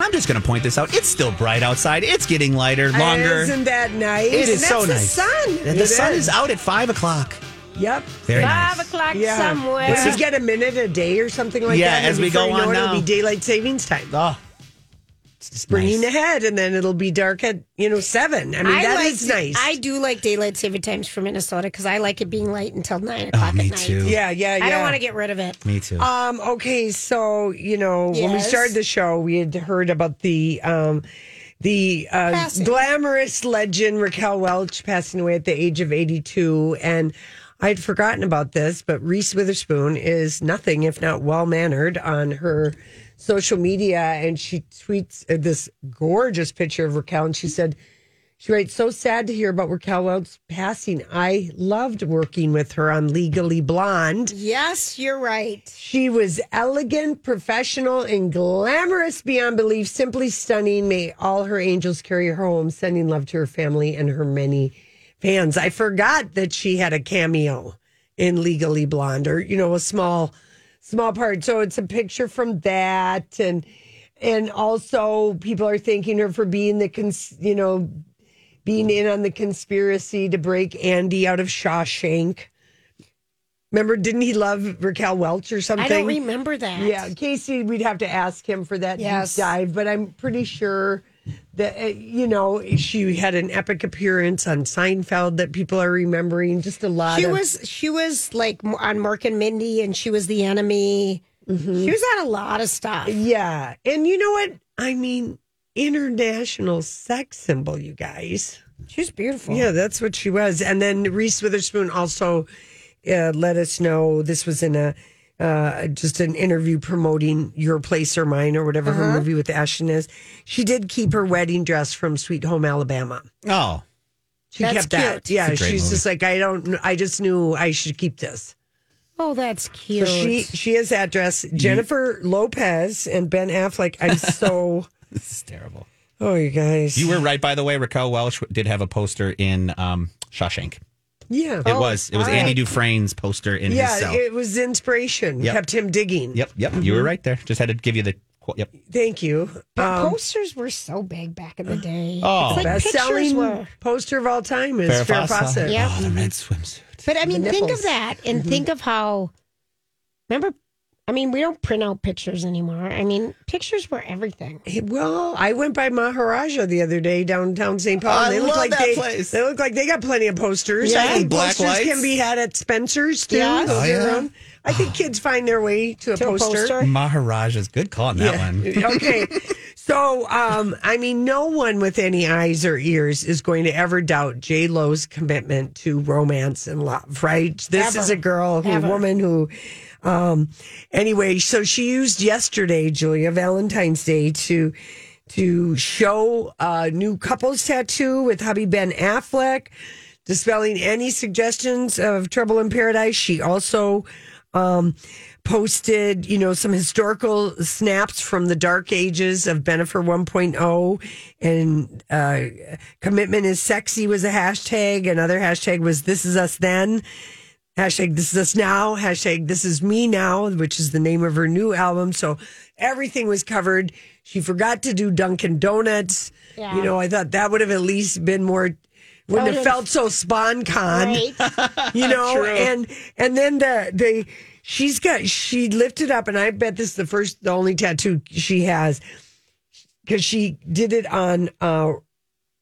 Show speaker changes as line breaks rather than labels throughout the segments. I'm just going to point this out. It's still bright outside. It's getting lighter, longer.
Isn't that nice?
It is
That's
so
the
nice.
sun.
The
It
sun is out at five o'clock.
Yep.
Very
Five
nice.
o'clock
Yeah.
somewhere.
If we get a minute a day or something like
Yeah,
that, and
as we
before
go
you
on
know it,
now.
it'll be daylight savings time.
Oh, it's just
Bringing
nice.
ahead, and then it'll be dark at you know seven. I mean, that
like
is
to-
nice.
I do like daylight saving times for Minnesota because I like it being light until nine o'clock
Oh, me
at night.
too.
yeah, yeah, yeah.
I don't want to get rid of it.
Me too.
Um, okay, so you know when we
Yes.
started the show, we had heard about the um, the uh,
Passing.
glamorous legend Raquel Welch passing away at the age of eighty-two, and I had forgotten about this, but Reese Witherspoon is nothing if not well mannered on her social media, and she tweets uh, this gorgeous picture of Raquel, and she said. She writes, so sad to hear about Raquel Welch's passing. I loved working with her on Legally Blonde.
Yes, you're right.
She was elegant, professional, and glamorous beyond belief. Simply stunning. May all her angels carry her home, sending love to her family and her many fans. I forgot that she had a cameo in Legally Blonde, or you know, a small, small part. So it's a picture from that, and and also people are thanking her for being the cons- you know being in on the conspiracy to break Andy out of Shawshank. Remember, didn't he love Raquel Welch or something?
I don't remember that.
Yeah, Casey, we'd have to ask him for that
Yes.
deep dive, but I'm pretty sure that, uh, you know, she had an epic appearance on Seinfeld that people are remembering. Just a lot
She
of.
was she was like m- on Mark and Mindy, and she was the enemy. She was on a lot of stuff.
Mm-hmm. Yeah. And you know what? I mean, international sex symbol, you guys.
She was beautiful.
Yeah, that's what she was. And then Reese Witherspoon also uh, let us know this was in a uh, just an interview promoting Your Place or Mine or whatever her
Uh-huh.
movie with Ashton is. She did keep her wedding dress from Sweet Home Alabama.
oh,
She
That's
kept that.
cute.
Yeah,
It's a great
she's
movie.
just like I don't. kn- I just knew I should keep this.
Oh, that's
So
cute.
she she has that dress. Jennifer Lopez and Ben Affleck. I'm so.
this is terrible.
Oh, you guys.
You were right, by the way. Raquel Welch did have a poster in um, Shawshank. It
yeah.
was. It was
all right.
Andy Dufresne's poster in his
Oh, Yeah,
cell.
it Mm-hmm. was inspiration.
Yep.
Kept him digging.
yep, yep. You were right there. Just had to give you the. qu- Yep.
Thank you. Um,
posters were so big back in the day.
Oh.
It's like
best
pictures
selling
were.
poster of all time is Farrah Fawcett.
Yeah.
Oh, the red swimsuit.
But I mean, think
nipples.
of that and think of how. Remember, I mean, we don't print out pictures anymore. I mean, pictures were everything.
Hey, Well, I went by Maharaja the other day downtown St. Paul.
I
and they look
love
like
that
they,
place.
They look like they got plenty of posters.
Yeah,
I think
and black
posters
lights.
can be had at Spencer's too.
Yes.
Those
Oh,
are
yeah.
around. I think kids find their way to a
To a
poster.
poster.
Maharaja's good call on that one.
okay. So, um, I mean, no one with any eyes or ears is going to ever doubt J Lo's commitment to romance and love, right? This is
Ever.
a girl, who,
Ever.
woman who, um, anyway. So she used yesterday, Julia, Valentine's Day to to show a new couples tattoo with hubby Ben Affleck, dispelling any suggestions of trouble in paradise. She also um, posted, you know, some historical snaps from the dark ages of Benifer 1.0 and uh, commitment is sexy was a hashtag. Another hashtag was this is us then. Hashtag this is us now. Hashtag this is me now, which is the name of her new album. So everything was covered. She forgot to do Dunkin' Donuts.
Yeah.
You know, I thought that would have at least been more, wouldn't have
would've-
felt so spawn con
Right?
you know and and then the the she's got she lifted up and i bet this is the first the only tattoo she has because she did it on uh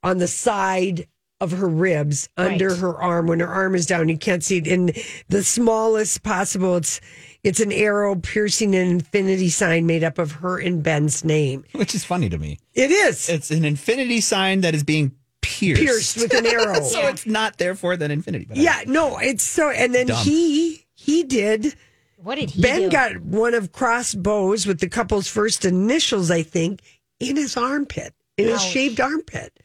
on the side of her ribs under
Right.
her arm when her arm is down you can't see it in the smallest possible it's it's an arrow piercing an infinity sign made up of her and ben's name
Which is funny to me.
it is
It's an infinity sign that is being pierced.
pierced with an arrow
so it's not therefore then infinity. But I-
yeah no it's so and then
Dumb.
he he did
what did he
Ben
do?
got one of crossbows with the couple's first initials, I think, in his armpit, in his
Ouch.
shaved armpit.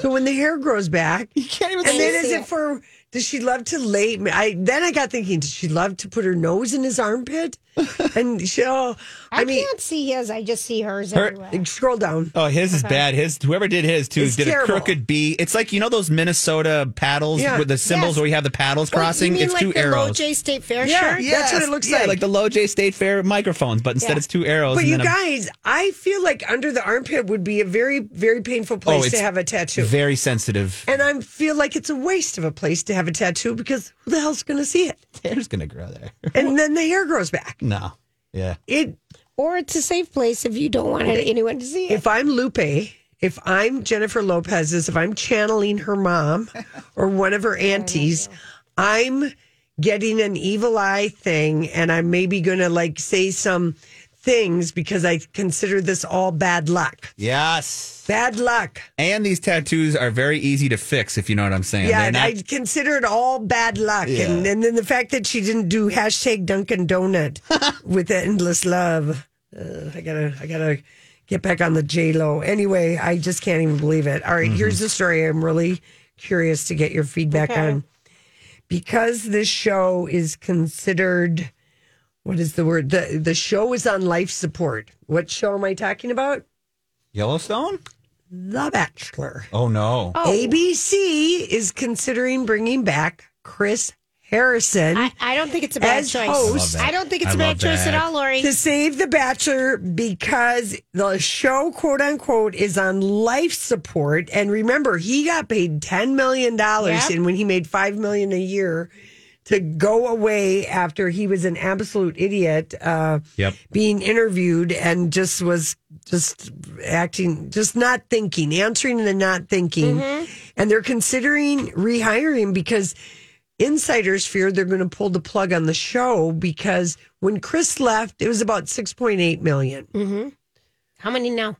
So when the hair grows back,
You can't even.
and
see
then
it.
is it for? Does she love to lay? I then I got thinking, does she love to put her nose in his armpit? and she'll. I,
I,
mean,
can't see his. I just see hers
Her-
everywhere.
scroll down.
Oh, his is bad. His whoever did his too
It's
did
terrible.
a crooked B. It's like you know those Minnesota paddles
Yeah.
with the symbols
Yes.
where you have the paddles
Well, you
crossing.
mean
it's
like
two
the
arrows.
Low-J State Fair
Yeah,
shirt.
yeah. That's what it looks
yeah,
like.
like the Low J State Fair microphones, but instead
Yeah.
it's two arrows.
But
and
you
then a-
guys, I feel like under the armpit would be a very, very painful place to
Oh, it's
have a tattoo.
very sensitive.
and I feel like it's a waste of a place to have a tattoo because who the hell's going to see it?
Hair's gonna grow there.
And then the hair grows back.
No. Yeah.
It.
Or it's a safe place if you don't want anyone to see it.
If I'm Lupe, if I'm Jennifer Lopez's, if I'm channeling her mom or one of her aunties, I'm getting an evil eye thing, and I'm maybe going to like say some things because I consider this all bad luck.
Yes.
Bad luck.
And these tattoos are very easy to fix, if you know what I'm saying.
Yeah,
They're
and
not-
I consider it all bad luck. And,
Yeah.
and then the fact that she didn't do hashtag Dunkin' Donut with the endless love. Uh, I gotta, I gotta get back on the J Lo. Anyway, I just can't even believe it. All
Mm-hmm.
right, here's the story. I'm really curious to get your feedback
Okay.
on because this show is considered. What is the word? The the show is on life support. What show am I talking about?
Yellowstone?
The Bachelor.
Oh no.
ABC is considering bringing back Chris Harrison
I, I don't think it's a bad
As
choice.
host-
I love
I don't think
that.
it's a
I
bad
love
choice at
that.
all, Lori.
to save The Bachelor because the show, quote unquote, is on life support. And remember, he got paid $10 million
Yep.
and when he made $5 million a year to go away after he was an absolute idiot. Uh,
Yep.
being interviewed and just was just acting, just not thinking, answering the not thinking.
Mm-hmm.
And they're considering rehiring because insiders fear they're going to pull the plug on the show because when Chris left, it was about 6.8 million,
Mm-hmm. How many now?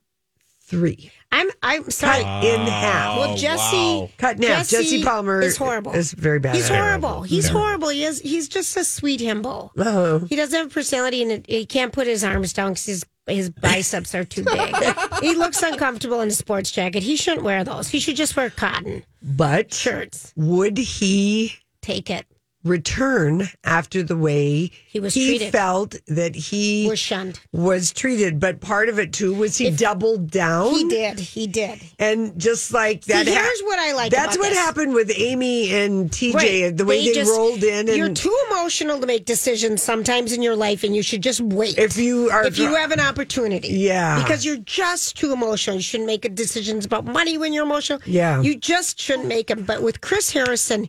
three
I'm I'm
cut
sorry.
in half.
well, Jesse,
Oh, wow.
cut in half.
Jesse
Jesse Palmer
is horrible.
Is very bad.
he's
at it.
horrible. He's horrible. He is. He's just a sweet himbo.
Oh.
He doesn't have a personality, and it, he can't put his arms down because his his biceps are too big. he looks uncomfortable in a sports jacket. He shouldn't wear those. He should just wear cotton
But
shirts.
would he
Take it.
return after the way
He was
he
treated.
felt that he
We're shunned.
was treated, but part of it too was he doubled down.
He did. He did.
And just like that,
See, here's what I like
That's
about
what
this.
happened with Amy and TJ.
Right.
The way they,
just-
rolled in,
you're
and
too emotional to make decisions sometimes in your life, and you should just wait.
if you are,
if you have an opportunity.
Yeah.
Because you're just too emotional. You shouldn't make decisions about money when you're emotional.
Yeah.
You just shouldn't make them. But with Chris Harrison,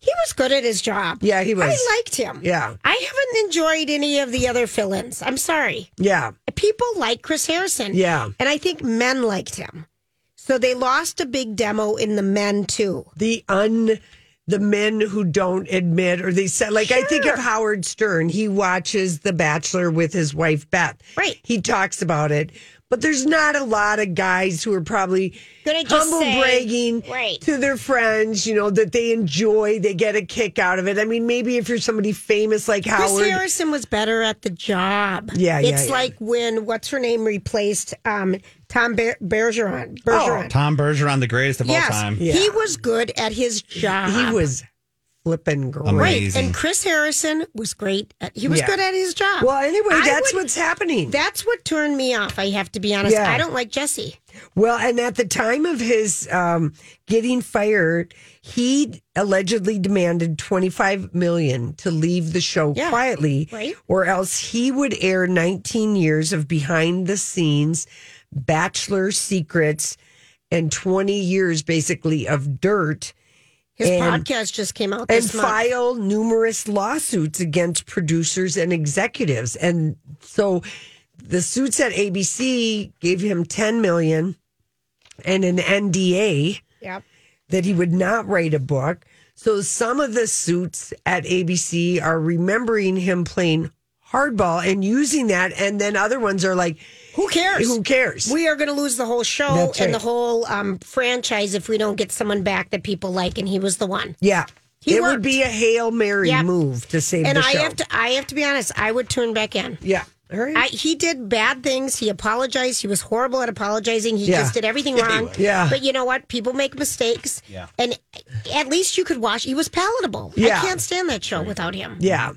he was good at his job.
Yeah, he was.
I liked him.
Yeah.
I haven't enjoyed any of the other fill ins. I'm sorry.
yeah,
People like Chris Harrison.
Yeah.
And I think men liked him. So they lost a big demo in the men, too.
the un. The men who don't admit, or they said, like I think of Howard Stern. He watches The Bachelor with his wife Beth.
Right.
He talks about it, but there's not a lot of guys who are probably
Gonna just
humble
say-
bragging
Right.
to their friends, you know, that they enjoy, they get a kick out of it. I mean, maybe if you're somebody famous like
Chris
Howard.
Harrison was better at the job.
Yeah, yeah,
it's
yeah.
like when what's her name replaced um, Tom Ber- Bergeron.
Oh,
Bergeron.
Tom Bergeron, the greatest of
yes,
all time.
he was good at his job.
he was flipping great.
Amazing.
right, and Chris Harrison was great. At, he was
Yeah.
good at his job.
Well, anyway,
I
that's
would-
what's happening.
That's what turned me off. I have to be honest.
Yeah.
I don't like Jesse.
well, and at the time of his um, getting fired, he allegedly demanded 25 million to leave the show
Yeah.
quietly
Right.
or else he would air 19 years of behind the scenes bachelor secrets and 20 years basically of dirt
His
And-
podcast just came out
and
this month.
file numerous lawsuits against producers and executives. And so the suits at ABC gave him 10 million and an NDA
Yep.
that he would not write a book. So some of the suits at ABC are remembering him playing hardball and using that and then other ones are like
Who cares?
who cares?
We are going to lose the whole show
That's right.
and the whole um, franchise if we don't get someone back that people like. And he was the one.
yeah.
He
it would
worked.
be a Hail Mary
Yep.
move to save
And
the
I
show.
have to I have to be honest, I would turn back in.
yeah. All right.
I, he did bad things. He apologized. He was horrible at apologizing. He
Yeah.
just did everything wrong.
was.
Yeah.
But you know what? People make mistakes.
Yeah.
And at least you could watch. He was palatable.
Yeah.
I can't stand that show without him.
yeah.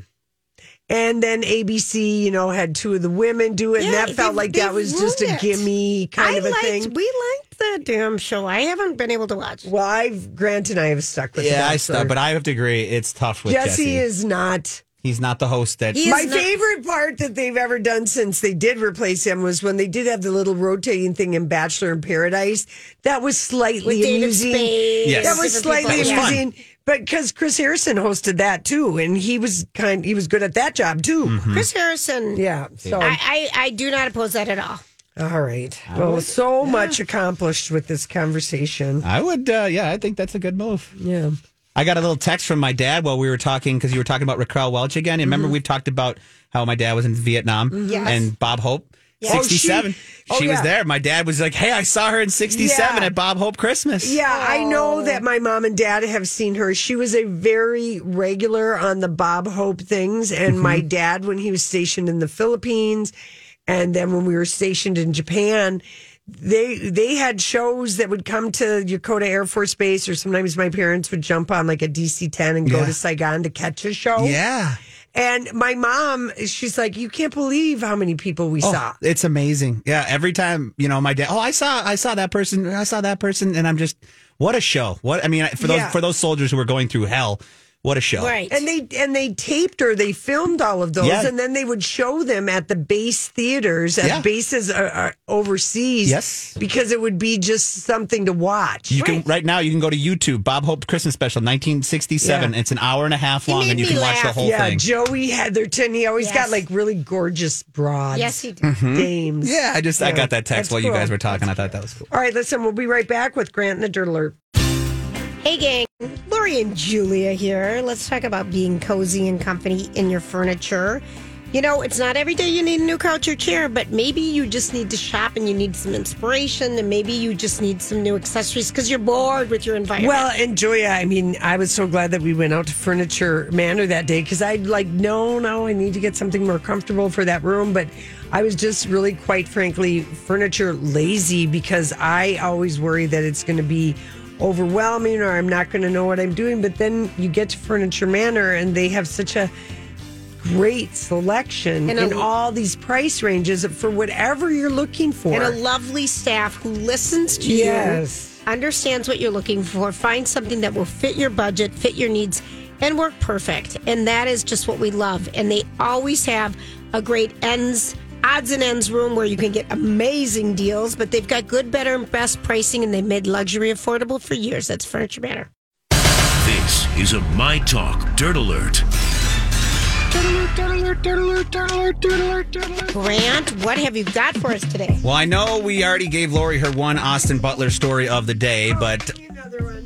And then ABC, you know, had two of the women do it, and that
Yeah,
felt
they've-
like that
they've
was just a
ruined it.
gimme kind
I
of a
liked,
thing.
We liked that damn show. I haven't been able to watch.
Well, I've Grant and I have stuck with.
Yeah,
The
I stuck, but I have to agree, it's tough with
Jesse,
Jesse.
is not.
He's not the host that.
He-
My
not-
favorite part that they've ever done since they did replace him was when they did have the little rotating thing in Bachelor in Paradise. That was slightly
With David
amusing.
Spade.
Yes.
That was
Different people.
slightly
That was fun.
amusing, but because Chris Harrison hosted that too, and he was kind, he was good at that job too.
Mm-hmm.
Chris Harrison.
Yeah. So
I, I, I do not oppose that at all.
all right. Well, so much accomplished with this conversation.
I would, uh, yeah, I think that's a good move.
Yeah.
I got a little text from my dad while we were talking because you were talking about Raquel Welch again. And
Mm-hmm.
remember, we've talked about how my dad was in Vietnam
Yes.
and Bob Hope,
Oh, she-
67.
oh,
she was
yeah.
there. My dad was like, hey, I saw her in 67
Yeah.
at Bob Hope Christmas.
Yeah, I know that my mom and dad have seen her. She was a very regular on the Bob Hope things. And my dad, when he was stationed in the Philippines, and then when we were stationed in Japan, they they had shows that would come to Yokota Air Force Base, or sometimes my parents would jump on like a DC ten and go
Yeah.
to Saigon to catch a show.
Yeah.
And my mom, she's like, You can't believe how many people we
Oh,
saw.
It's amazing. Yeah. Every time, you know, my dad, oh, I saw, I saw that person, I saw that person. And I'm just, what a show. What, I mean, for those,
Yeah.
for those soldiers who were going through hell, what a show.
Right.
And they and they taped or they filmed all of those,
Yeah.
and then they would show them at the base theaters at
Yeah.
bases uh, uh, overseas.
Yes.
because it would be just something to watch.
You can right now. You can go to YouTube. Bob Hope Christmas Special, 1967.
Yeah.
It's an hour and a half long,
made
and you
me
can watch the
laugh.
whole
yeah,
thing.
Joey Heatherton. He always
Yes.
got like really gorgeous broads.
yes, he did.
dames.
Mm-hmm. yeah, I just I
Yeah,
got that
that's
text while you
cool.
guys were talking. I thought that was cool.
All right, listen. We'll be right back with Grant and the Dirt Alert.
Hey, gang. Lori and Julia here. Let's talk about being cozy and company in your furniture. You know, it's not every day you need a new couch or chair, but maybe you just need to shop and you need some inspiration, and maybe you just need some new accessories because you're bored with your environment.
Well, and Joya, I mean, I was so glad that we went out to Furniture Manor that day because I'd like, no, no, I need to get something more comfortable for that room. But I was just really, quite frankly, furniture lazy because I always worry that it's going to be overwhelming or I'm not going to know what I'm doing. But then you get to Furniture Manor and they have such a great selection
And a-
in all these price ranges for whatever you're looking for.
and a lovely staff who listens to
Yes.
you, understands what you're looking for, finds something that will fit your budget, fit your needs, and work perfect. And that is just what we love. And they always have a great ends. Odds and ends room where you can get amazing deals, but they've got good, better, and best pricing, and they've made luxury affordable for years. That's Furniture Manor.
This is a My Talk Dirt Alert.
Grant, what have you got for us today?
Well, I know we already gave Lori her one Austin Butler story of the day, but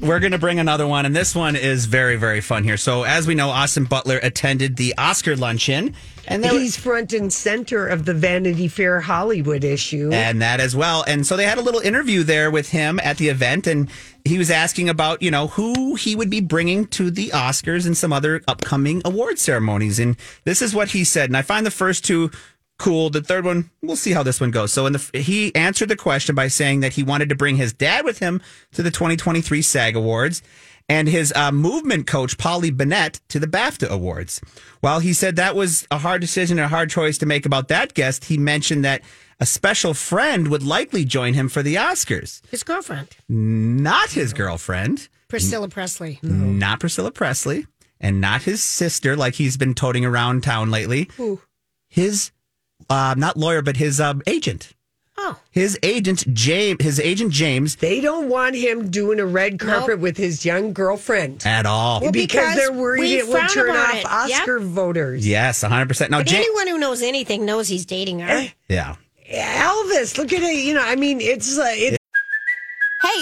we're going to bring another one, and this one is very very fun here. So, as we know, Austin Butler attended the Oscar luncheon, and there
He's front and center of the Vanity Fair Hollywood issue.
and that as well. And so they had a little interview there with him at the event, and he was asking about you know who he would be bringing to the Oscars and some other upcoming award ceremonies. And this is what he said. And I find the first two cool. The third one, we'll see how this one goes. So, in the he answered the question by saying that he wanted to bring his dad with him to the 2023 SAG Awards and his uh, movement coach, Polly Bennett, to the BAFTA Awards. While he said that was a hard decision and a hard choice to make about that guest, he mentioned that a special friend would likely join him for the Oscars.
His girlfriend,
Not his girlfriend,
Priscilla Presley.
not Priscilla Presley, and not his sister, like he's been toting around town lately. His, uh, not lawyer, but his um, agent.
Oh,
His agent, James, his agent James,
They don't want him doing a red carpet with his young girlfriend
at all.
because,
because
they're worried
we
it will
frown
turn
upon
off
it. Yep.
Oscar voters.
Yes, 100%. Now,
but
James.
anyone who knows anything knows he's dating her.
Yeah.
Elvis, look at it. You know, I mean, it's uh, it's
Hey,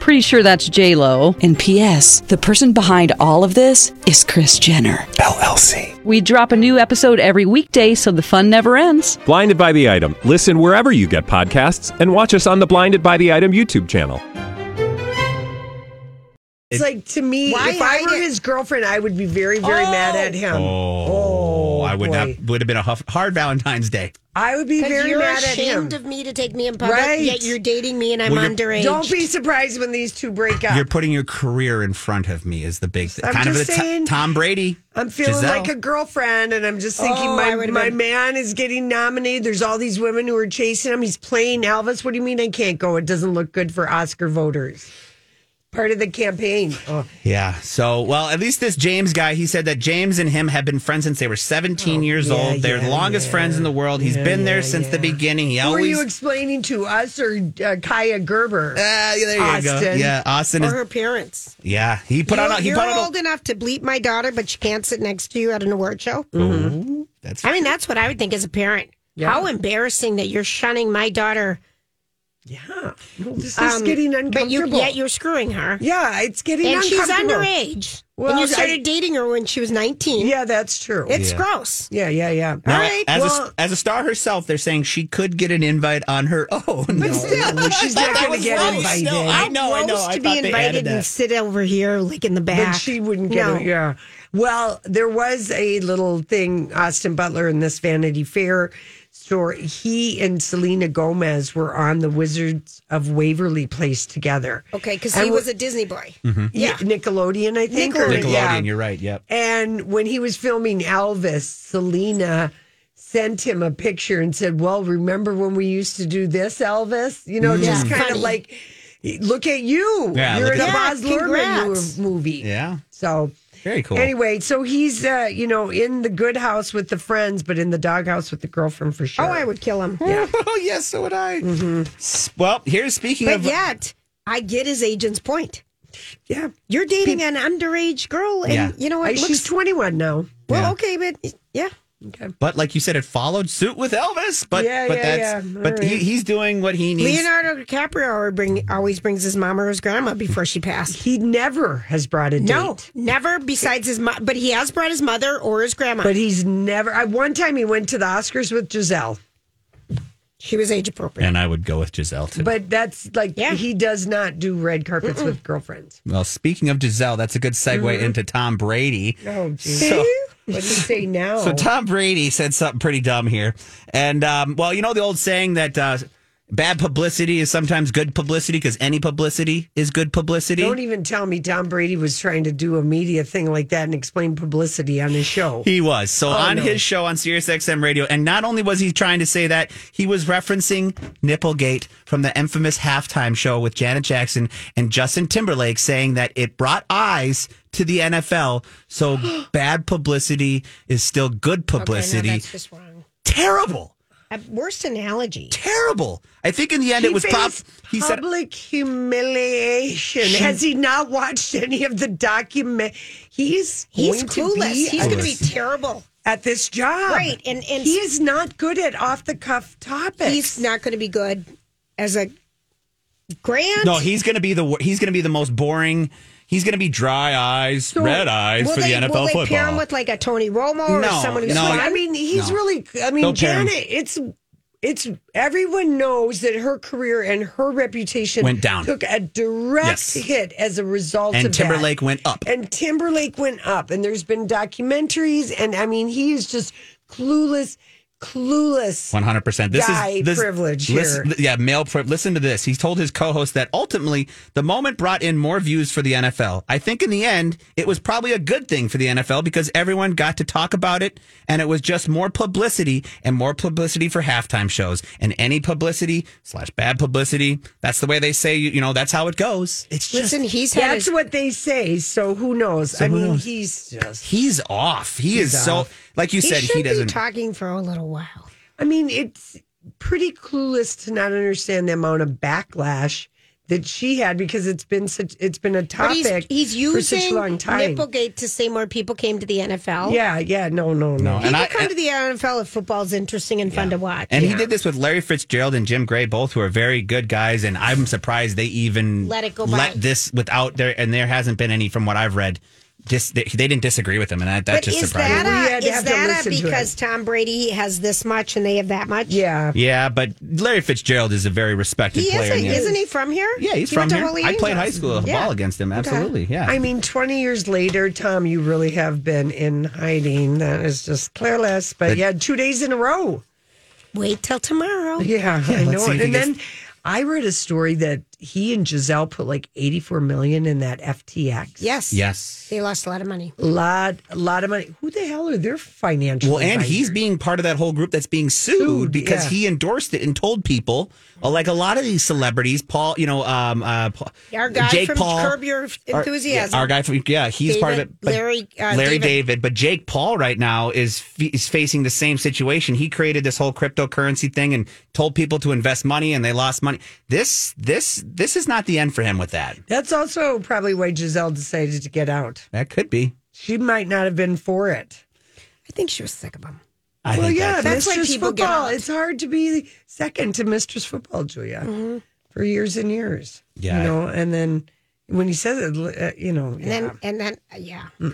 Pretty sure that's J Lo.
And P.S. The person behind all of this is Chris Jenner.
LLC.
We drop a new episode every weekday, so the fun never ends.
Blinded by the item. Listen wherever you get podcasts, and watch us on the Blinded by the Item YouTube channel.
It's like to me,
Why
if I
hide
were
it?
his girlfriend, I would be very, very mad at him.
Oh, I would
boy.
not would have been a huff, hard Valentine's Day.
I would be
Because
very
you're
mad at
ashamed
him.
of me to take me in public,
Right.
yet you're dating me and I'm
Well, you're-
underage.
Don't be surprised when these two break up.
You're putting your career in front of me is the big thing.
I'm
Kind of a
just
t-
saying.
Tom Brady.
I'm feeling
Giselle.
like a girlfriend, and I'm just thinking
Oh, I
my
would've
my
been-
man is getting nominated. There's all these women who are chasing him. He's playing Elvis. What do you mean I can't go? It doesn't look good for Oscar voters. Part of the campaign. Oh,
Yeah. So, well, at least this James guy, he said that James and him have been friends since they were 17 years
Oh, yeah,
old. They're the
yeah,
longest
yeah.
friends in the world. He's
Yeah,
been there
yeah,
since the
yeah.
beginning. He
who are
always.
you explaining to us or uh, Kaya Gerber?
Ah, yeah, there you go.
Austin.
Yeah, Austin
or
is.
her parents.
Yeah, he put
you
on. A, he
you're
put on.
old enough to bleep my daughter, but you can't sit next to you at an award show.
A,
Mm-hmm.
Ooh, that's
I mean, that's what I would think as a parent. How embarrassing that you're shunning my daughter.
Yeah. Well, this is
um,
getting
But you,
uncomfortable.
yet you're screwing her.
yeah, it's getting
and she's
uncomfortable.
underage. and
Well,
you
I-
started dating her when she was 19.
Yeah, that's true.
It's
Yeah.
gross.
yeah, yeah, yeah.
Now,
all right.
as,
well,
a, as a star herself, they're saying she could get an invite on her own. But
still, she's not gonna get invited.
No, I know, I know.
Gross
I
to
thought
be
they added
invited and
that.
sit over here, like in the back.
But she wouldn't get it. Yeah. Well, there was a little thing, Austin Butler in this Vanity Fair store. He and Selena Gomez were on the Wizards of Waverly place together.
Okay, because
And
he
wh-
was a Disney boy.
Yeah. Nickelodeon, I think. or-
Nickelodeon.
Nickelodeon,
yeah.
you're right. Yep.
And when he was filming Elvis, Selena sent him a picture and said, Well, remember when we used to do this, Elvis? You know, just
Mm-hmm. Yeah.
kind
Funny.
of like, look at you.
Yeah,
You're
look
in a
at-
Boz
Yeah,
Luhrmann
congrats.
mo- movie.
Yeah.
So
Very cool.
Anyway, so he's uh, you know in the good house with the friends, but in the doghouse with the girlfriend for sure.
Oh, I would kill him.
oh yes, so would I.
Mm-hmm.
S- Well, here's speaking
But
of.
yet, I get his agent's point.
yeah.
You're dating an underage girl, and
Yeah.
you know
I,
what?
she's
Looks,
twenty one now.
well, oh.
Yeah.
okay, but yeah.
But like you said, it followed suit with Elvis. But
Yeah,
but
yeah,
that's
yeah.
but
All
he,
right.
he's doing what he needs.
Leonardo DiCaprio always, bring, always brings his mom or his grandma before she passed.
He never has brought a date.
No, never besides his mom, but he has brought his mother or his grandma.
But he's never. I, one time he went to the Oscars with Giselle,
she was age appropriate.
and I would go with Giselle too.
but that's like
Yeah.
he does not do red carpets with girlfriends.
well, speaking of Giselle, that's a good segue into Tom Brady.
Mm-hmm. Oh, geez.
So-
what do you say now?
So Tom Brady said something pretty dumb here, and um, well, you know the old saying that uh, bad publicity is sometimes good publicity because any publicity is good publicity.
don't even tell me Tom Brady was trying to do a media thing like that and explain publicity on his show.
He was. So
Oh,
on his show on SiriusXM radio, and not only was he trying to say that, he was referencing Nipplegate from the infamous halftime show with Janet Jackson and Justin Timberlake saying that it brought eyes to the NFL. So bad publicity is still good publicity.
Okay, no, that's just wrong.
terrible.
A worst analogy.
Terrible. I think in the end it was prob-
faced
he said
public humiliation. Has he not watched any of the document? He's
He's
going to be
clueless. He's going to be
at-
terrible.
at this job,
Right, and- and-
he is not good at off the cuff topics.
He's not going to be good as a grand.
No, he's going to be the wor- he's going to be the most boring. He's going to be dry eyes, red eyes
will
for
they,
the NFL
will they
football.
pair him with like a Tony Romo or
No,
someone who's
no,
fun?
I mean, he's
No.
really. I mean,
Don't pair him.
Janet. It's it's everyone knows that her career and her reputation
Went down.
Took a direct
Yes.
hit as a result.
And
of
Timberlake
that.
went up.
And Timberlake went up, and there's been documentaries, and I mean, he is just clueless. clueless.
One hundred percent. This
Guy
is this,
privilege
listen-
here.
Yeah, male privilege. Listen to this. He told his co-host that ultimately the moment brought in more views for the NFL. I think in the end it was probably a good thing for the NFL because everyone got to talk about it, and it was just more publicity and more publicity for halftime shows and any publicity slash bad publicity. That's the way they say. You, you know, that's how it goes. It's just
Listen, he's had
That's
his-
what they say. So who knows? I mean, he's just.
he's off. He
He's
is so
off.
like you
he
said.
should
He doesn't.
be talking for a little while.
I mean, it's pretty clueless to not understand the amount of backlash that she had because it's been such. It's been a
But
topic
he's, he's
for
using
such a long time.
Nipplegate to say more people came to the NFL.
yeah, yeah, no, no, no.
No,
People
And I-
come to the NFL if football's interesting and fun to watch.
And he did this with Larry Fitzgerald and Jim Gray, both who are very good guys. And I'm surprised they even
Let it go
Let
by.
this without there, and there hasn't been any from what I've read. Just they, they didn't disagree with him, and that, that
But
just
is
surprised.
that,
me.
We
a,
had to
is
have to
that a
listen to it.
because Tom Brady has this much and they have that much?
Yeah,
yeah, but Larry Fitzgerald is a very respected
He
player.
isn't.
in the-
Isn't he from here?
Yeah, he's
He
from
went to
here.
Holy
I played
Angels.
high school
Yeah.
ball against him. Absolutely, yeah.
I mean, 20 years later, Tom, you really have been in hiding. That is just clueless. But yeah, two days in a row.
Wait till tomorrow.
Yeah, I
let's
know
see if
it.
he
And
gets-
then I read a story that he and Giselle put like 84 million in that FTX.
Yes.
yes.
They lost a lot of money.
Lot, lot of money. Who the hell are their financial?
Well, and he's
advisors?
being part of that whole group that's being sued,
Sued,
because
yeah.
he endorsed it and told people, uh, like a lot of these celebrities, Paul, you know, um, uh, Paul-
Our guy
Jake
from
Paul,
Curb Your
Our-
Enthusiasm.
yeah, Our, guy from yeah, he's part of
David-
it. But
Larry, uh,
Larry
David.
David. but Jake Paul right now is f- is facing the same situation. He created this whole cryptocurrency thing and told people to invest money, and they lost money. This this this is not the end for him with that.
That's also probably why Giselle decided to get out.
That could be.
She might not have been for it.
I think she was sick of him.
I
well,
think
yeah,
that-
That's why
Mistress
people get
Football.
out.
It's hard to be second to Mistress Football, Julia,
Mm-hmm.
for years and years.
Yeah.
you know, and then when he says it, uh, you know,
And
yeah.
then, and then, uh, yeah.
I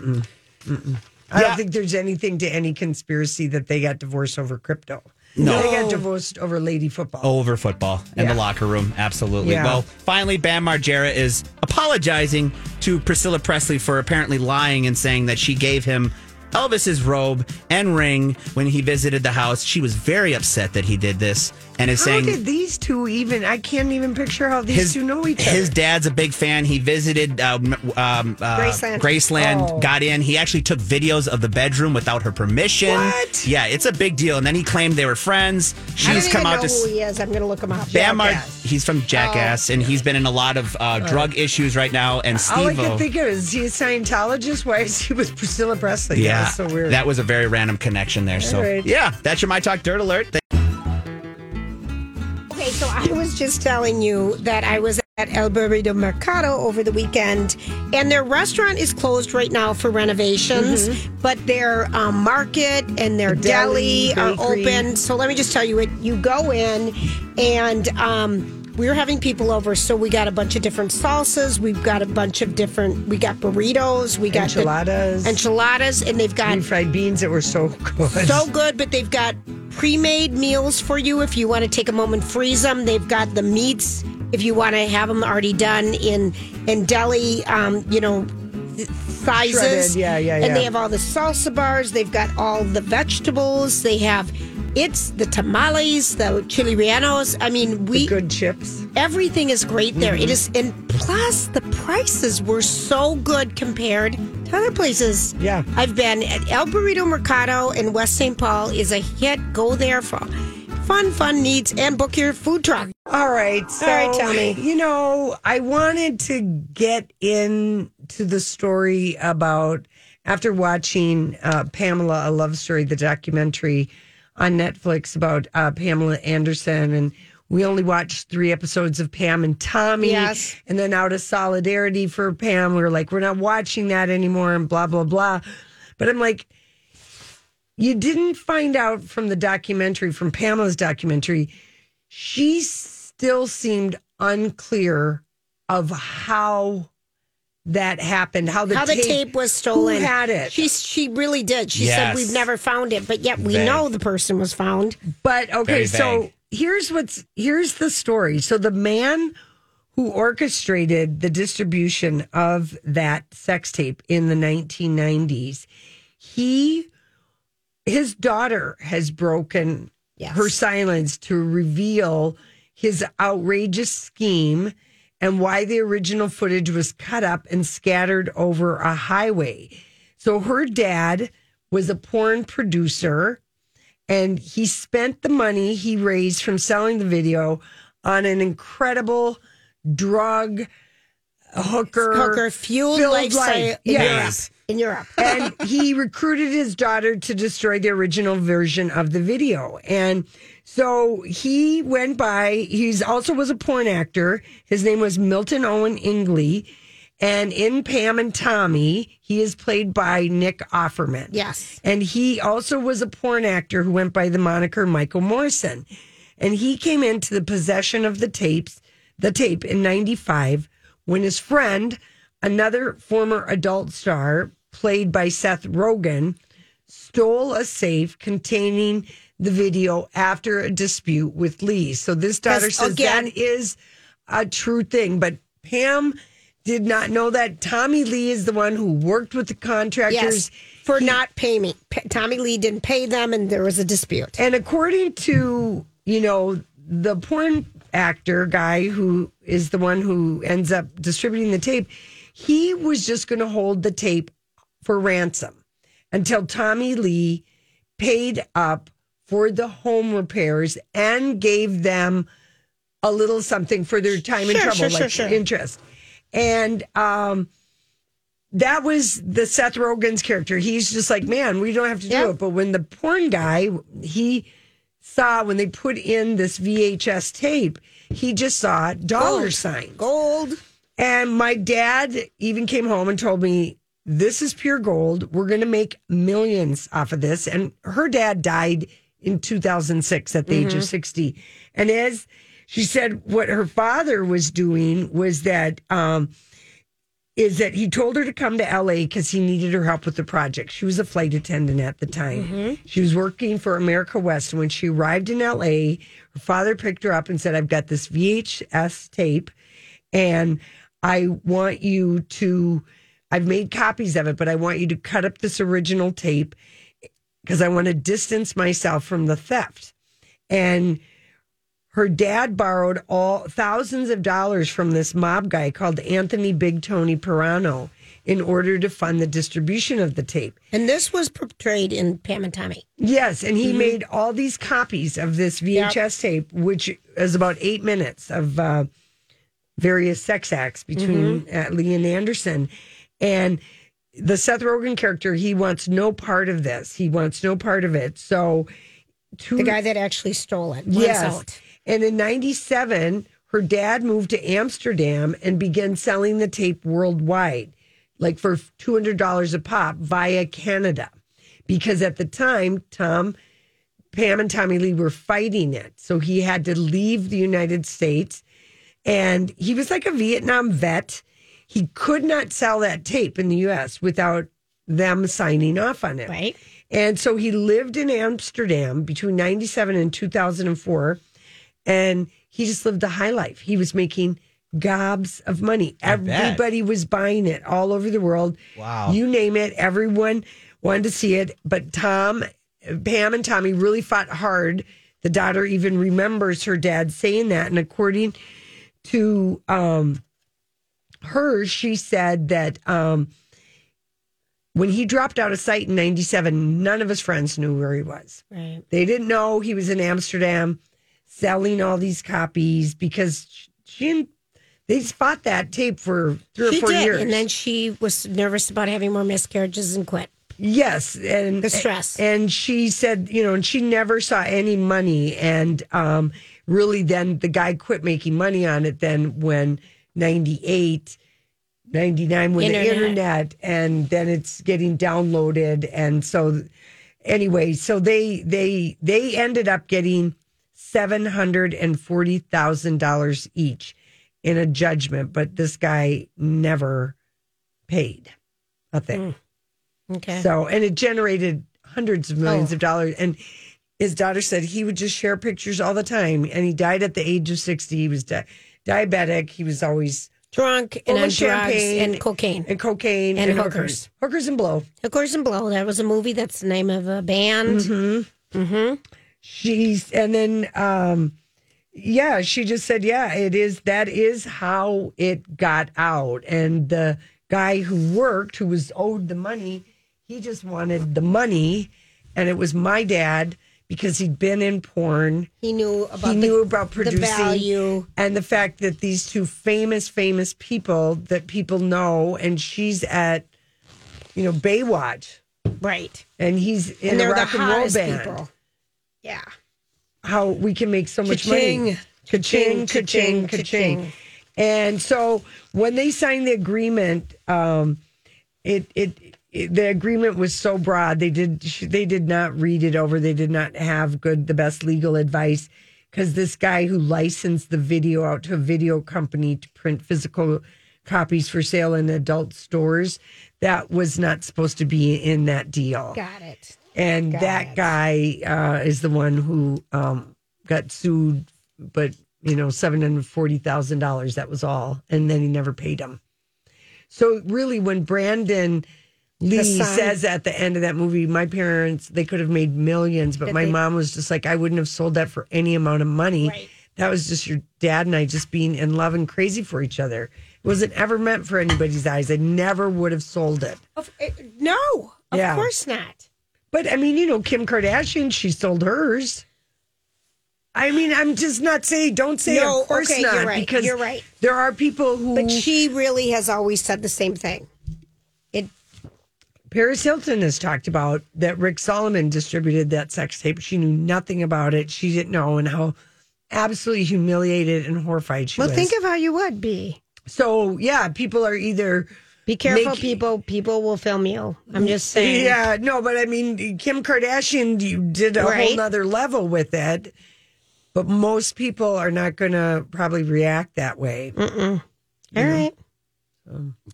Yeah.
don't think there's anything to any conspiracy that they got divorced over crypto. No, they got divorced over lady football.
over football in the
Yeah.
locker room. Absolutely.
Yeah.
Well, finally, Bam Margera is apologizing to Priscilla Presley for apparently lying and saying that she gave him Elvis's robe and ring when he visited the house. She was very upset that he did this and is
how
saying.
did these two even? I can't even picture how these two know each other.
his dad's a big fan. He visited um, um, uh,
Graceland.
Graceland,
Oh.
got in. He actually took videos of the bedroom without her permission.
What?
Yeah, it's a big deal. And then he claimed they were friends. She's
I don't
come
even
out
know
to s-
who he is. I'm going to look him up.
Bam Mar-
Jackass.
he's from Jackass, and he's been in a lot of uh, drug issues right now. And
All I
Steve,
could think of is he a Scientologist? Why is he with Priscilla Presley?
yeah,
That's so weird.
that was a very random connection there. so
right.
yeah, that's your my talk dirt alert. Thank-
Okay, so I was just telling you that I was at El Burrito Mercado over the weekend, and their restaurant is closed right now for renovations, but their um, market and their deli,
Mm-hmm. deli,
are
bakery.
open. So let me just tell you it you go in, and um, we were having people over, so we got a bunch of different salsas, we've got a bunch of different, we got burritos, we got the-
Enchiladas.
enchiladas, and they've got
and fried beans that were so good.
so good, but they've got pre-made meals for you if you want to take a moment freeze them. They've got the meats if you want to have them already done in in deli, um, you know, th- sizes.
Shredded, yeah, yeah,
And they
yeah.
have all the salsa bars. They've got all the vegetables. They have it's the tamales, the chili rellenos. I mean, we
good chips.
everything is great there. It is, and plus the prices were so good compared to other places.
Yeah.
I've been at El Burrito Mercado in West St. Paul is a hit. Go there for fun, fun needs, and book your food truck.
All right. So,
All right, tell me.
You know, I wanted to get into the story about after watching uh, Pamela, a love story, the documentary on Netflix about uh, Pamela Anderson. And we only watched three episodes of Pam and Tommy.
Yes.
And then out of solidarity for Pam, we were like, we're not watching that anymore and blah, blah, blah. But I'm like, you didn't find out from the documentary, from Pamela's documentary, she still seemed unclear of how that happened, how the,
How the tape was stolen.
Who had it?
She she really did. She said
Yes.
we've never found it, but yet we
Vague.
know the person was found.
But okay,
Very
so
vague.
here's what's here's the story. So the man who orchestrated the distribution of that sex tape in the 1990s, he his daughter has broken her silence to reveal his outrageous scheme and why the original footage was cut up and scattered over a highway. So her dad was a porn producer and he spent the money he raised from selling the video on an incredible drug hooker
Hooker fueled
filled
lifestyle
life.
in
Yes
Europe. In Europe.
and he recruited his daughter to destroy the original version of the video. And so he went by, he's also was a porn actor. His name was Milton Owen Ingley. And in Pam and Tommy, he is played by Nick Offerman.
Yes.
And he also was a porn actor who went by the moniker Michael Morrison. And he came into the possession of the tapes, the tape in 95 when his friend, another former adult star played by Seth Rogen, stole a safe containing the video after a dispute with Lee. So this daughter
Yes,
says
again-
that is a true thing, but Pam did not know that Tommy Lee is the one who worked with the contractors
Yes. For not paying. Tommy Lee didn't pay them and there was a dispute.
And according to, you know, the porn actor guy who is the one who ends up distributing the tape, he was just going to hold the tape for ransom until Tommy Lee paid up for the home repairs and gave them a little something for their time in
Sure,
trouble,
sure,
like
sure, sure.
interest. And um, that was the Seth Rogen's character. He's just like, man, we don't have to do
Yeah.
it. But when the porn guy, he saw when they put in this VHS tape, he just saw dollar signs.
Gold.
And my dad even came home and told me, This is pure gold. We're going to make millions off of this. And her dad died in 2006 at the age of 60. And as she said, what her father was doing was that, um, is that he told her to come to LA because he needed her help with the project. She was a flight attendant at the time. She was working for America West. And when she arrived in LA, her father picked her up and said, I've got this VHS tape and I want you to. I've made copies of it, but I want you to cut up this original tape because I want to distance myself from the theft. And her dad borrowed all thousands of dollars from this mob guy called Anthony Big Tony Pirano in order to fund the distribution of the tape.
And this was portrayed in Pam and Tommy.
Yes, and
Mm-hmm.
he made all these copies of this VHS tape, which is about eight minutes of uh, various sex acts between
Mm-hmm.
uh, Lee and Anderson. And the Seth Rogen character, he wants no part of this. He wants no part of it. So, two,
The guy that actually stole it. runs out.
and in 97, her dad moved to Amsterdam and began selling the tape worldwide, like for $200 a pop via Canada. Because at the time, Tom, Pam, and Tommy Lee were fighting it. So he had to leave the United States. And he was like a Vietnam vet. He could not sell that tape in the US without them signing off on it.
Right.
And so he lived in Amsterdam between 97 and 2004. And he just lived the high life. He was making gobs of money.
bet.
Everybody was buying it all over the world.
Wow.
You name it. Everyone wanted to see it. But Tom, Pam, and Tommy really fought hard. The daughter even remembers her dad saying that. And according to um, her, she said that. Um, when he dropped out of sight in 97, none of his friends knew where he was.
Right.
They didn't know he was in Amsterdam selling all these copies because she and they fought that tape for three
She
or four
did.
years.
And then she was nervous about having more miscarriages and quit.
yes, and
The stress.
And she said, you know, and she never saw any money. And um, really, then the guy quit making money on it. Then when 98, 99, when the
Internet.
internet, and then it's getting downloaded. And so, anyway, so they they they ended up getting seven hundred and forty thousand dollars each in a judgment. But this guy never paid a thing.
Mm. Okay.
So, and it generated hundreds of millions of dollars. And his daughter said he would just share pictures all the time. And he died at the age of 60. He was di- diabetic. He was always
drunk and
Full of
on drugs
champagne
and cocaine.
and cocaine
And
and,
hookers.
hookers. Hookers and blow.
Hookers and Blow. That was a movie. That's the name of a band.
Mm-hmm. She's and then um yeah, she just said, Yeah, it is that is how it got out. And the guy who worked, who was owed the money, he just wanted the money and it was my dad because he'd been in porn.
He knew about
he
the,
knew about producing
the value.
and the fact that these two famous, famous people that people know, and she's at, you know, Baywatch,
Right.
and he's in
and
the
they're
rock
the
and roll
hottest
band.
people. Yeah.
How we can make so much money.
Ka-ching.
Ka-ching, ka-ching,
Ka-ching.
ka-ching. And so when they signed the agreement, um, it, it it the agreement was so broad they did they did not read it over. They did not have good the best legal advice because this guy who licensed the video out to a video company to print physical copies for sale in adult stores that was not supposed to be in that deal
Got it.
and that guy uh, is the one who um, got sued, but you know, seven hundred forty thousand dollars. That was all, and then he never paid him. So really, when Brandon Lee
son.
says at the end of that movie, "My parents, they could have made millions, but my mom was just like, I wouldn't have sold that for any amount of money."
Right.
That was just your dad and I just being in love and crazy for each other. It wasn't ever meant for anybody's eyes. I never would have sold it.
Of, uh, no, of
Yeah.
course not.
But I mean, you know, Kim Kardashian, she sold hers. I mean, I'm just not saying, don't say,
No,
of course
okay,
not,
you're right,
because
you're right.
there are people who.
But she really has always said the same thing. It
Paris Hilton has talked about that Rick Solomon distributed that sex tape. She knew nothing about it. She didn't know, and how absolutely humiliated and horrified she
well,
was.
think of how you would be.
so, yeah, people are either.
Be careful,
Make-
people. People will film you. I'm just saying.
Yeah, no, but I mean, Kim Kardashian you did a
Right.
whole nother level with it. But most people are not going to probably react that way.
All right.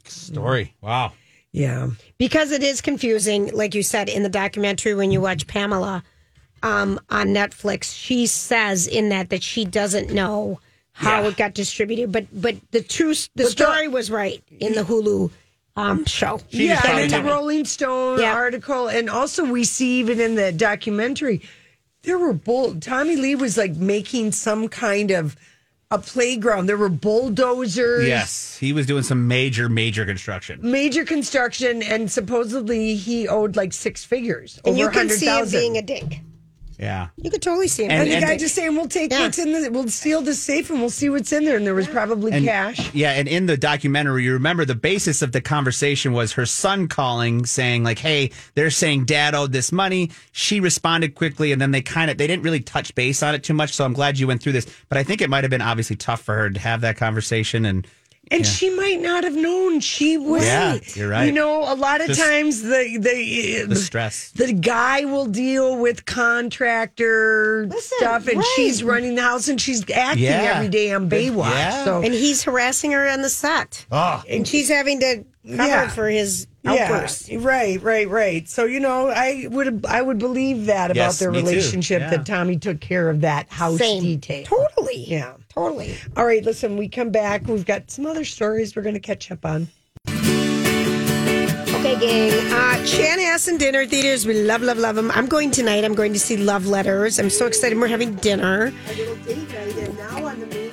Story. Wow.
Yeah.
because it is confusing like you said in the documentary when you watch pamela um, on netflix she says in that that she doesn't know how it got distributed but but the true s- the story was right in the hulu um, show
yeah,
found
and in
it.
the Rolling Stone
Yeah.
article, and also we see even in the documentary, there were bull. Tommy Lee was like making some kind of a playground. There were bulldozers.
Yes, he was doing some major, major construction.
Major construction, and supposedly he owed like six figures.
and
over
you can see him
100,000.
being a dick
Yeah.
you could totally see him
And,
And-
the guy
and-
just saying, "We'll take
Yeah.
what's in the, we'll steal the safe, and we'll see what's in there." And there was probably
And-
cash.
Yeah, and in the documentary, you remember the basis of the conversation was her son calling, saying like, "Hey, they're saying Dad owed this money." She responded quickly, and then they kind of they didn't really touch base on it too much. So I'm glad you went through this, but I think it might have been obviously tough for her to have that conversation. And
And she might not have known she was.
Yeah, you're right.
You know, a lot of
Just-
times the the,
The stress.
the guy will deal with contractor
Listen,
stuff, and
right.
she's running the house, and she's acting
Yeah.
every day on Baywatch.
Yeah.
So
and he's harassing her on the set
oh,
and she's having to cover
Ah. Yeah.
for his
yeah,
outbursts
right, right, right. So you know, I would I would believe that about
Yes,
their
me too.
relationship
Yeah.
that Tommy took care of that house
Same.
detail.
totally
Yeah.
totally
All right, listen, we come back. We've got some other stories we're going to catch up on.
Okay, gang. Uh, Chanhassen Dinner Theaters. We love, love, love them. I'm going tonight. I'm going to see Love Letters. I'm so excited. We're having dinner,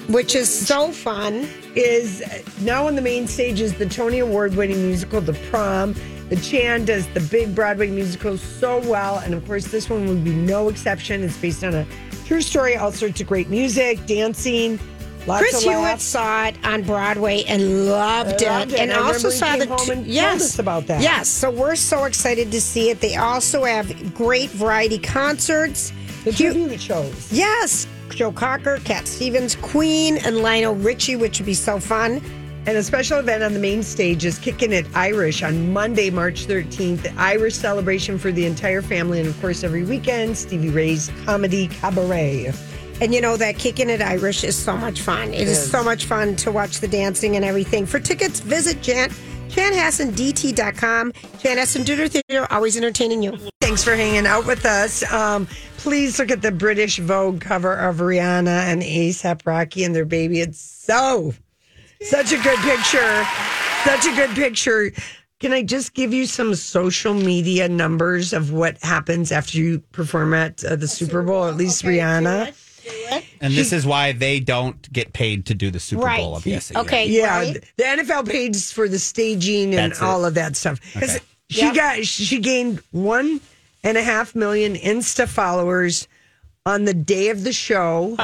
which is so fun.
Is uh, now on the main stage is the Tony Award winning musical, The Prom. The Chan does the big Broadway musicals so well. And of course, this one would be no exception. It's based on a true story, all sorts of great music, dancing, lots
Chris
of
Hewitt
laughs.
saw it on Broadway and loved it,
Loved it.
and
I remember
also
he
saw
came
the
home and told
yes
us about that.
Yes, so we're so excited to see it. They also have great variety concerts.
The
Hew-
tribute shows.
yes, Joe Cocker, Cat Stevens, Queen, and Lionel Richie, which would be so fun.
And a special event on the main stage is Kicking It Irish on Monday, March 13th. The Irish celebration for the entire family. And of course, every weekend, Stevie Ray's Comedy Cabaret.
And you know that kicking it Irish is so much fun. it is.
is.
so much fun to watch the dancing and everything. For tickets, visit Jan ChanHassenDT.com. Jan Hassen Dinner Theater, always entertaining you.
Thanks for hanging out with us. Um, please look at the British Vogue cover of Rihanna and ASAP Rocky and their baby. It's so Such a good picture. Such a good picture. Can I just give you some social media numbers of what happens after you perform at uh, the Super Bowl? At least Rihanna.
And this is why they don't get paid to do the Super
Right.
Bowl of yes.
Okay,
Yeah,
right?
the NFL pays for the staging and
That's it.
all of that stuff. 'Cause
Okay.
She
Yep.
got she gained one and a half million Insta followers on the day of the show,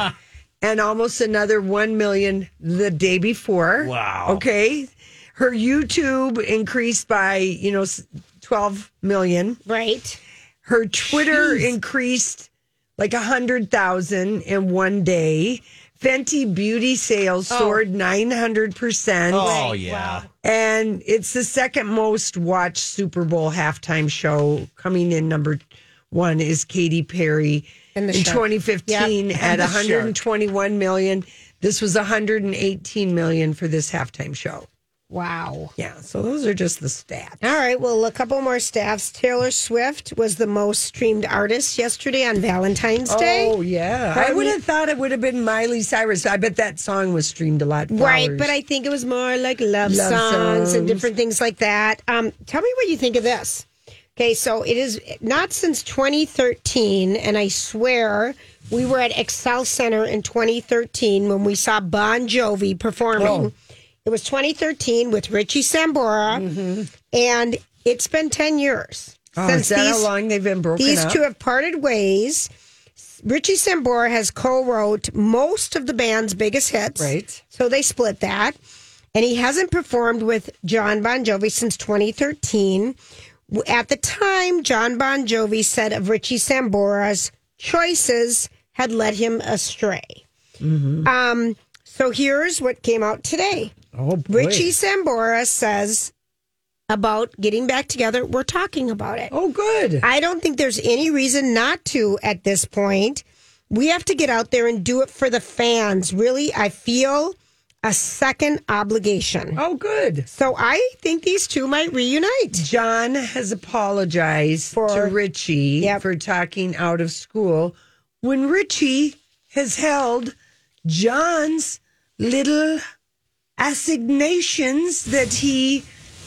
and almost another one million the day before.
Wow.
Okay, her YouTube increased by you know s- twelve million.
Right.
Her Twitter increased like a hundred thousand in one day. Fenty beauty sales soared nine hundred percent,
Oh yeah.
and it's the second most watched Super Bowl halftime show. Coming in number one is Katy Perry
And the
in
Shark.
2015
Yep.
at
And the Shark.
121 million. This was 118 million for this halftime show.
Wow.
Yeah, so those are just the stats.
All right, well, a couple more staffs. Taylor Swift was the most streamed artist yesterday on Valentine's Day.
Oh yeah, I
Right?
would have thought it would have been Miley Cyrus. I bet that song was streamed a lot.
Right,
Flowers.
but I think it was more like love,
Love
songs,
songs.
and different things like that. Um, tell me what you think of this. Okay, so it is not since 2013, and I swear we were at Excel Center in 2013 when we saw Bon Jovi performing.
Oh.
It was 2013 with Richie Sambora, and it's been 10 years
Mm-hmm. oh, is that how long they've been broken
these
up?
two have parted ways. Richie Sambora has co-wrote most of the band's biggest hits.
Right.
So they split that. And he hasn't performed with John Bon Jovi since 2013. W- At the time, John Bon Jovi said of Richie Sambora's choices had led him astray.
Mm-hmm.
Um, so here's what came out today.
oh, boy.
Richie Sambora says about getting back together. We're talking about it.
Oh, good.
I don't think there's any reason not to at this point. We have to get out there and do it for the fans. Really, I feel a second obligation.
Oh, good.
So I think these two might reunite.
John has apologized
For-
to Richie
Yep.
for talking out of school when Richie has held John's little assignations that he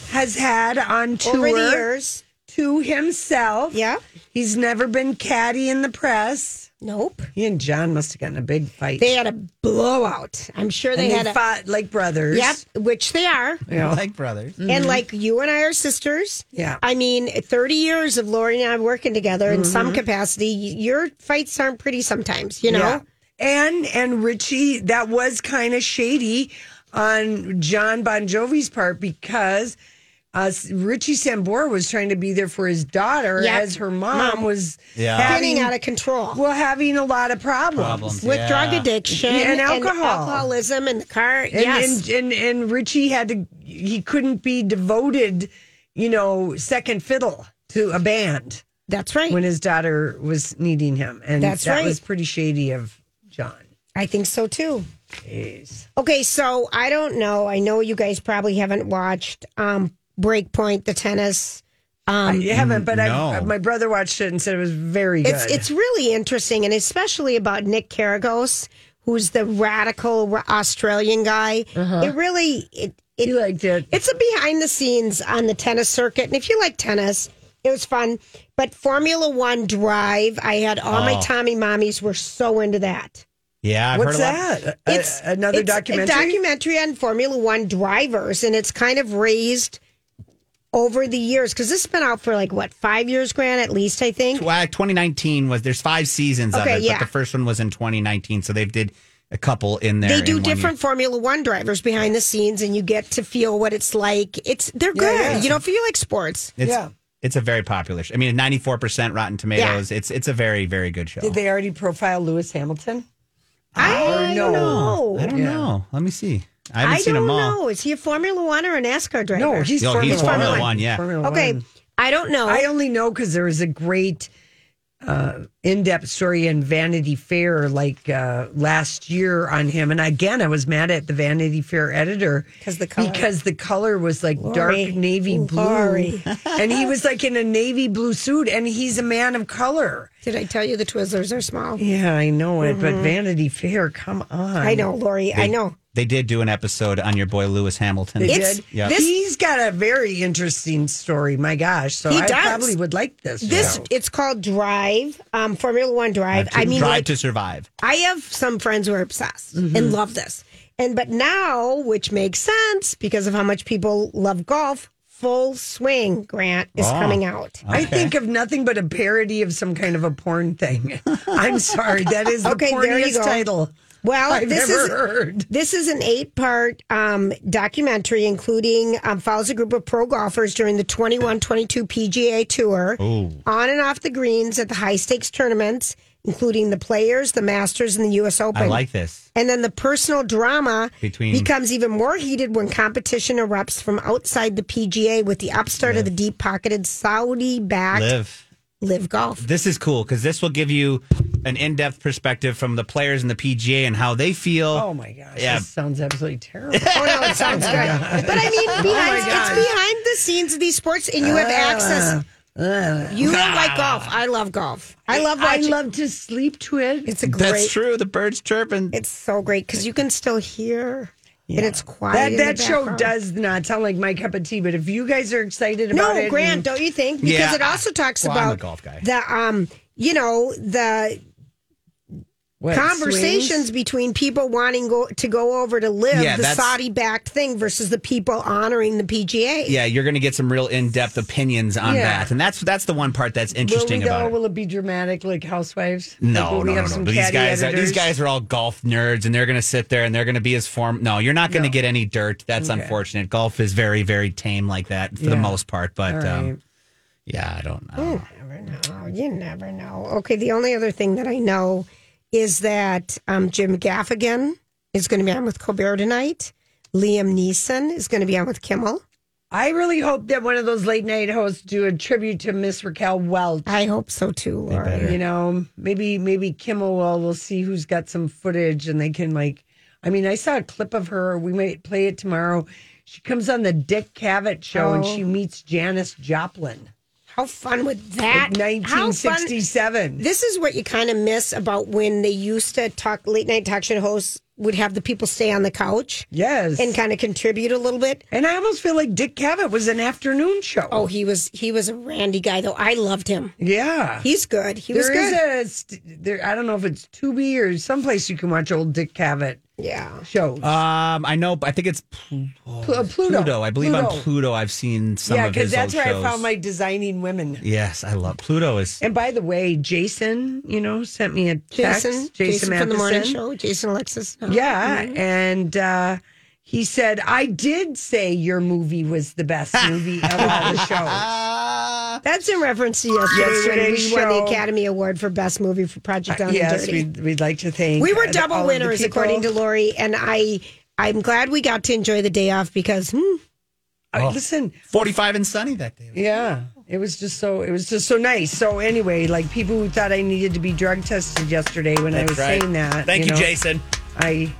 has had on tour
Over the years.
to himself.
Yeah.
He's never been catty in the press.
Nope.
He and John must have gotten a big fight.
They had a blowout. I'm sure
and
they had a
fought like brothers.
Yep, which they are.
Yeah.
Like brothers.
And like you and I are sisters.
Mm-hmm. Yeah.
I mean, 30 years of Lori and I working together in
Mm-hmm.
some capacity. Y- Your fights aren't pretty sometimes, you know?
Yeah. And and Richie, that was kind of shady on John Bon Jovi's part because uh, Richie Sambora was trying to be there for his daughter
Yep.
as her mom,
Mom.
was
Yeah.
Getting
having,
out of control.
well having a lot of problems.
Problems.
with
Yeah.
drug addiction
Yeah, and alcohol.
alcoholism, and the car.
And,
yes,
and, and and Richie had to he couldn't be devoted, you know, second fiddle to a band
that's right.
when his daughter was needing him. And
That's
that
right.
was pretty shady of John.
I think so too.
Jeez.
Okay, so I don't know. I know you guys probably haven't watched um, Breakpoint, the tennis. Um,
You haven't, but I,
no.
my brother watched it and said it was very good.
it's it's really interesting, and especially about Nick Kyrgios, who's the radical ra- Australian guy.
Uh-huh.
It really it, it
he liked it.
It's a behind the scenes on the tennis circuit. And if you like tennis, it was fun. But Formula One Drive, I had all
Oh.
my Tommy mommies were so into that.
Yeah, I've
What's
heard a lot.
that? A-
It's
another
it's
documentary.
A documentary on Formula One drivers, and it's kind of raised over the years because this has been out for like what five years, Grant at least, I think.
Well, 2019 was there's five seasons
Okay,
of it,
yeah.
but the first one was in 2019, so they've did a couple in there.
They
in
do
one year.
different Formula One drivers behind the scenes, and you get to feel what it's like. It's they're
Yeah,
good,
yeah.
you know, if you like sports.
It's,
Yeah.
it's a very popular. Show. I mean, 94 percent Rotten Tomatoes. It's it's a very very good show.
Did they already profile Lewis Hamilton?
I,
no.
don't know.
I don't know. Let me see. I haven't
I
seen
don't
them all.
know. Is he a Formula One or a NASCAR driver?
No, he's,
No,
Formula,
he's Formula
One.
One, yeah.
Formula
okay.
One.
I don't know.
I only know because there was a great uh, in-depth story in Vanity Fair like uh, last year on him, and again I was mad at the Vanity Fair editor
'Cause the color.
because the color was like
Lori.
dark navy blue,
Lori.
and he was like in a navy blue suit, and he's a man of color.
Did I tell you the Twizzlers are small?
Yeah, Mm-hmm. I know it, but Vanity Fair, come on.
I know, Lori. I know.
They did do an episode on your boy Lewis Hamilton.
They
It's-
did.
Yep.
He's got a very interesting story. My gosh. So
He
I
does.
probably would like this.
This
show.
it's called Drive, um, Formula One Drive. I mean,
Drive
like,
to Survive.
I have some friends who are obsessed
Mm-hmm.
and love this. And but now, which makes sense because of how much people love golf, Full Swing Grant is
Oh.
coming out.
I think of nothing but a parody of some kind of a porn thing. I'm sorry. That is the
Okay, there you
porniest
go.
title
Well,
I've
this
ever
is
heard.
This is an eight part um, documentary, including um, follows a group of pro golfers during the 21 22 PGA Tour
Oh.
on and off the greens at the high stakes tournaments, including the Players, the Masters, and the U.S. Open.
I like this.
And then the personal drama
Between-
becomes even more heated when competition erupts from outside the PGA with the upstart of the deep pocketed Saudi backed live.
Live.
golf.
This is cool because this will give you an in depth perspective from the players in the PGA and how they feel.
Oh my gosh.
Yeah.
This sounds absolutely terrible.
Oh no, it sounds good. But I mean, behind,
God.
it's behind the scenes of these sports, and you have access. You don't like golf. I love golf. I love
I
watching.
love to sleep to it.
it's a great.
That's true. The birds chirping.
It's so great because you can still hear, and it's quiet.
That,
in the
that show
background.
does not sound like my cup of tea, but if you guys are excited about it,
No, Grant, don't you think? Because
Yeah.
it also talks
Well, I'm
about
a golf guy.
the um, you know, the
what,
conversations
swings?
between people wanting go, to go over to live
Yeah,
the
that's-
Saudi-backed thing versus the people honoring the PGA.
yeah, you're going to get some real in depth opinions on
Yeah.
that. And that's that's the one part that's
Will we
interesting
go?
about it.
Will it be dramatic like Housewives? Like,
No,
will we
no, no,
have
no.
some
But These
catty
guys, are, these
editors?
guys are all golf nerds, and they're going to sit there and they're going to be as form. No, you're not going to get any dirt. That's unfortunate. Golf is very, very tame like that for the
Yeah.
most part. But
All right.
um, yeah, I don't know.
never know. Oh, You never know. Okay, the only other thing that I know is that um, Jim Gaffigan is going to be on with Colbert tonight. Liam Neeson is going to be on with Kimmel.
I really hope that one of those late night hosts do a tribute to Miss Raquel Welch.
I hope so too, Laura.
You know, maybe maybe Kimmel will. We'll see who's got some footage, and they can like. I mean, I saw a clip of her. We might play it tomorrow. She comes on the Dick Cavett show, and
Oh.
she meets Janis Joplin.
How fun would that?
Like
How fun-
1967.
This is what you kind of miss about when they used to talk late night talk show hosts would have the people stay on the couch
Yes.
and kind of contribute a little bit.
And I almost feel like Dick Cavett was an afternoon show.
Oh, he was he was a randy guy though. I loved him.
yeah.
He's good. He was
There
good.
is a st- there. I don't know if it's Tubi or someplace you can watch old Dick Cavett
yeah.
shows.
Um, I know. I think it's Pl- oh,
Pl- Pluto.
Pluto. I believe
Pluto.
on Pluto, I've seen some
yeah,
of his
because that's
old
where I
shows.
found my designing women.
Yes, I love Pluto. Is
And by the way, Jason, you know, sent me a text.
Jason, Jason, from the morning
Matheson.
show, Mm-hmm. Jason Alexis. Oh, No.
Yeah, and uh, he said, "I did say your movie was the best movie of all the shows."
uh,
That's in reference to yesterday, when we
Yesterday's
won the
show. Uh,
Academy Award for Best Movie for Project Down and
yes,
Dirty.
we'd, we'd like to thank.
we were
uh, all
double
of the
winners,
people.
according to Lori, and I. I'm glad we got to enjoy the day off because hmm,
Uh,
Oh.
listen,
45 and sunny that day.
Yeah. It was just so it was just so nice. So anyway, like people who thought I needed to be drug tested yesterday when I was saying that.
Thank you,
know,
Jason.
I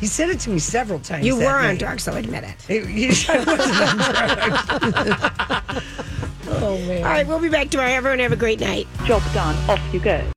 he said it to me several times.
you
that
were on
night.
drugs, so admit it.
It- he- I wasn't on drugs.
All right, we'll be back tomorrow. Everyone have a great night.
Job done. Off you go.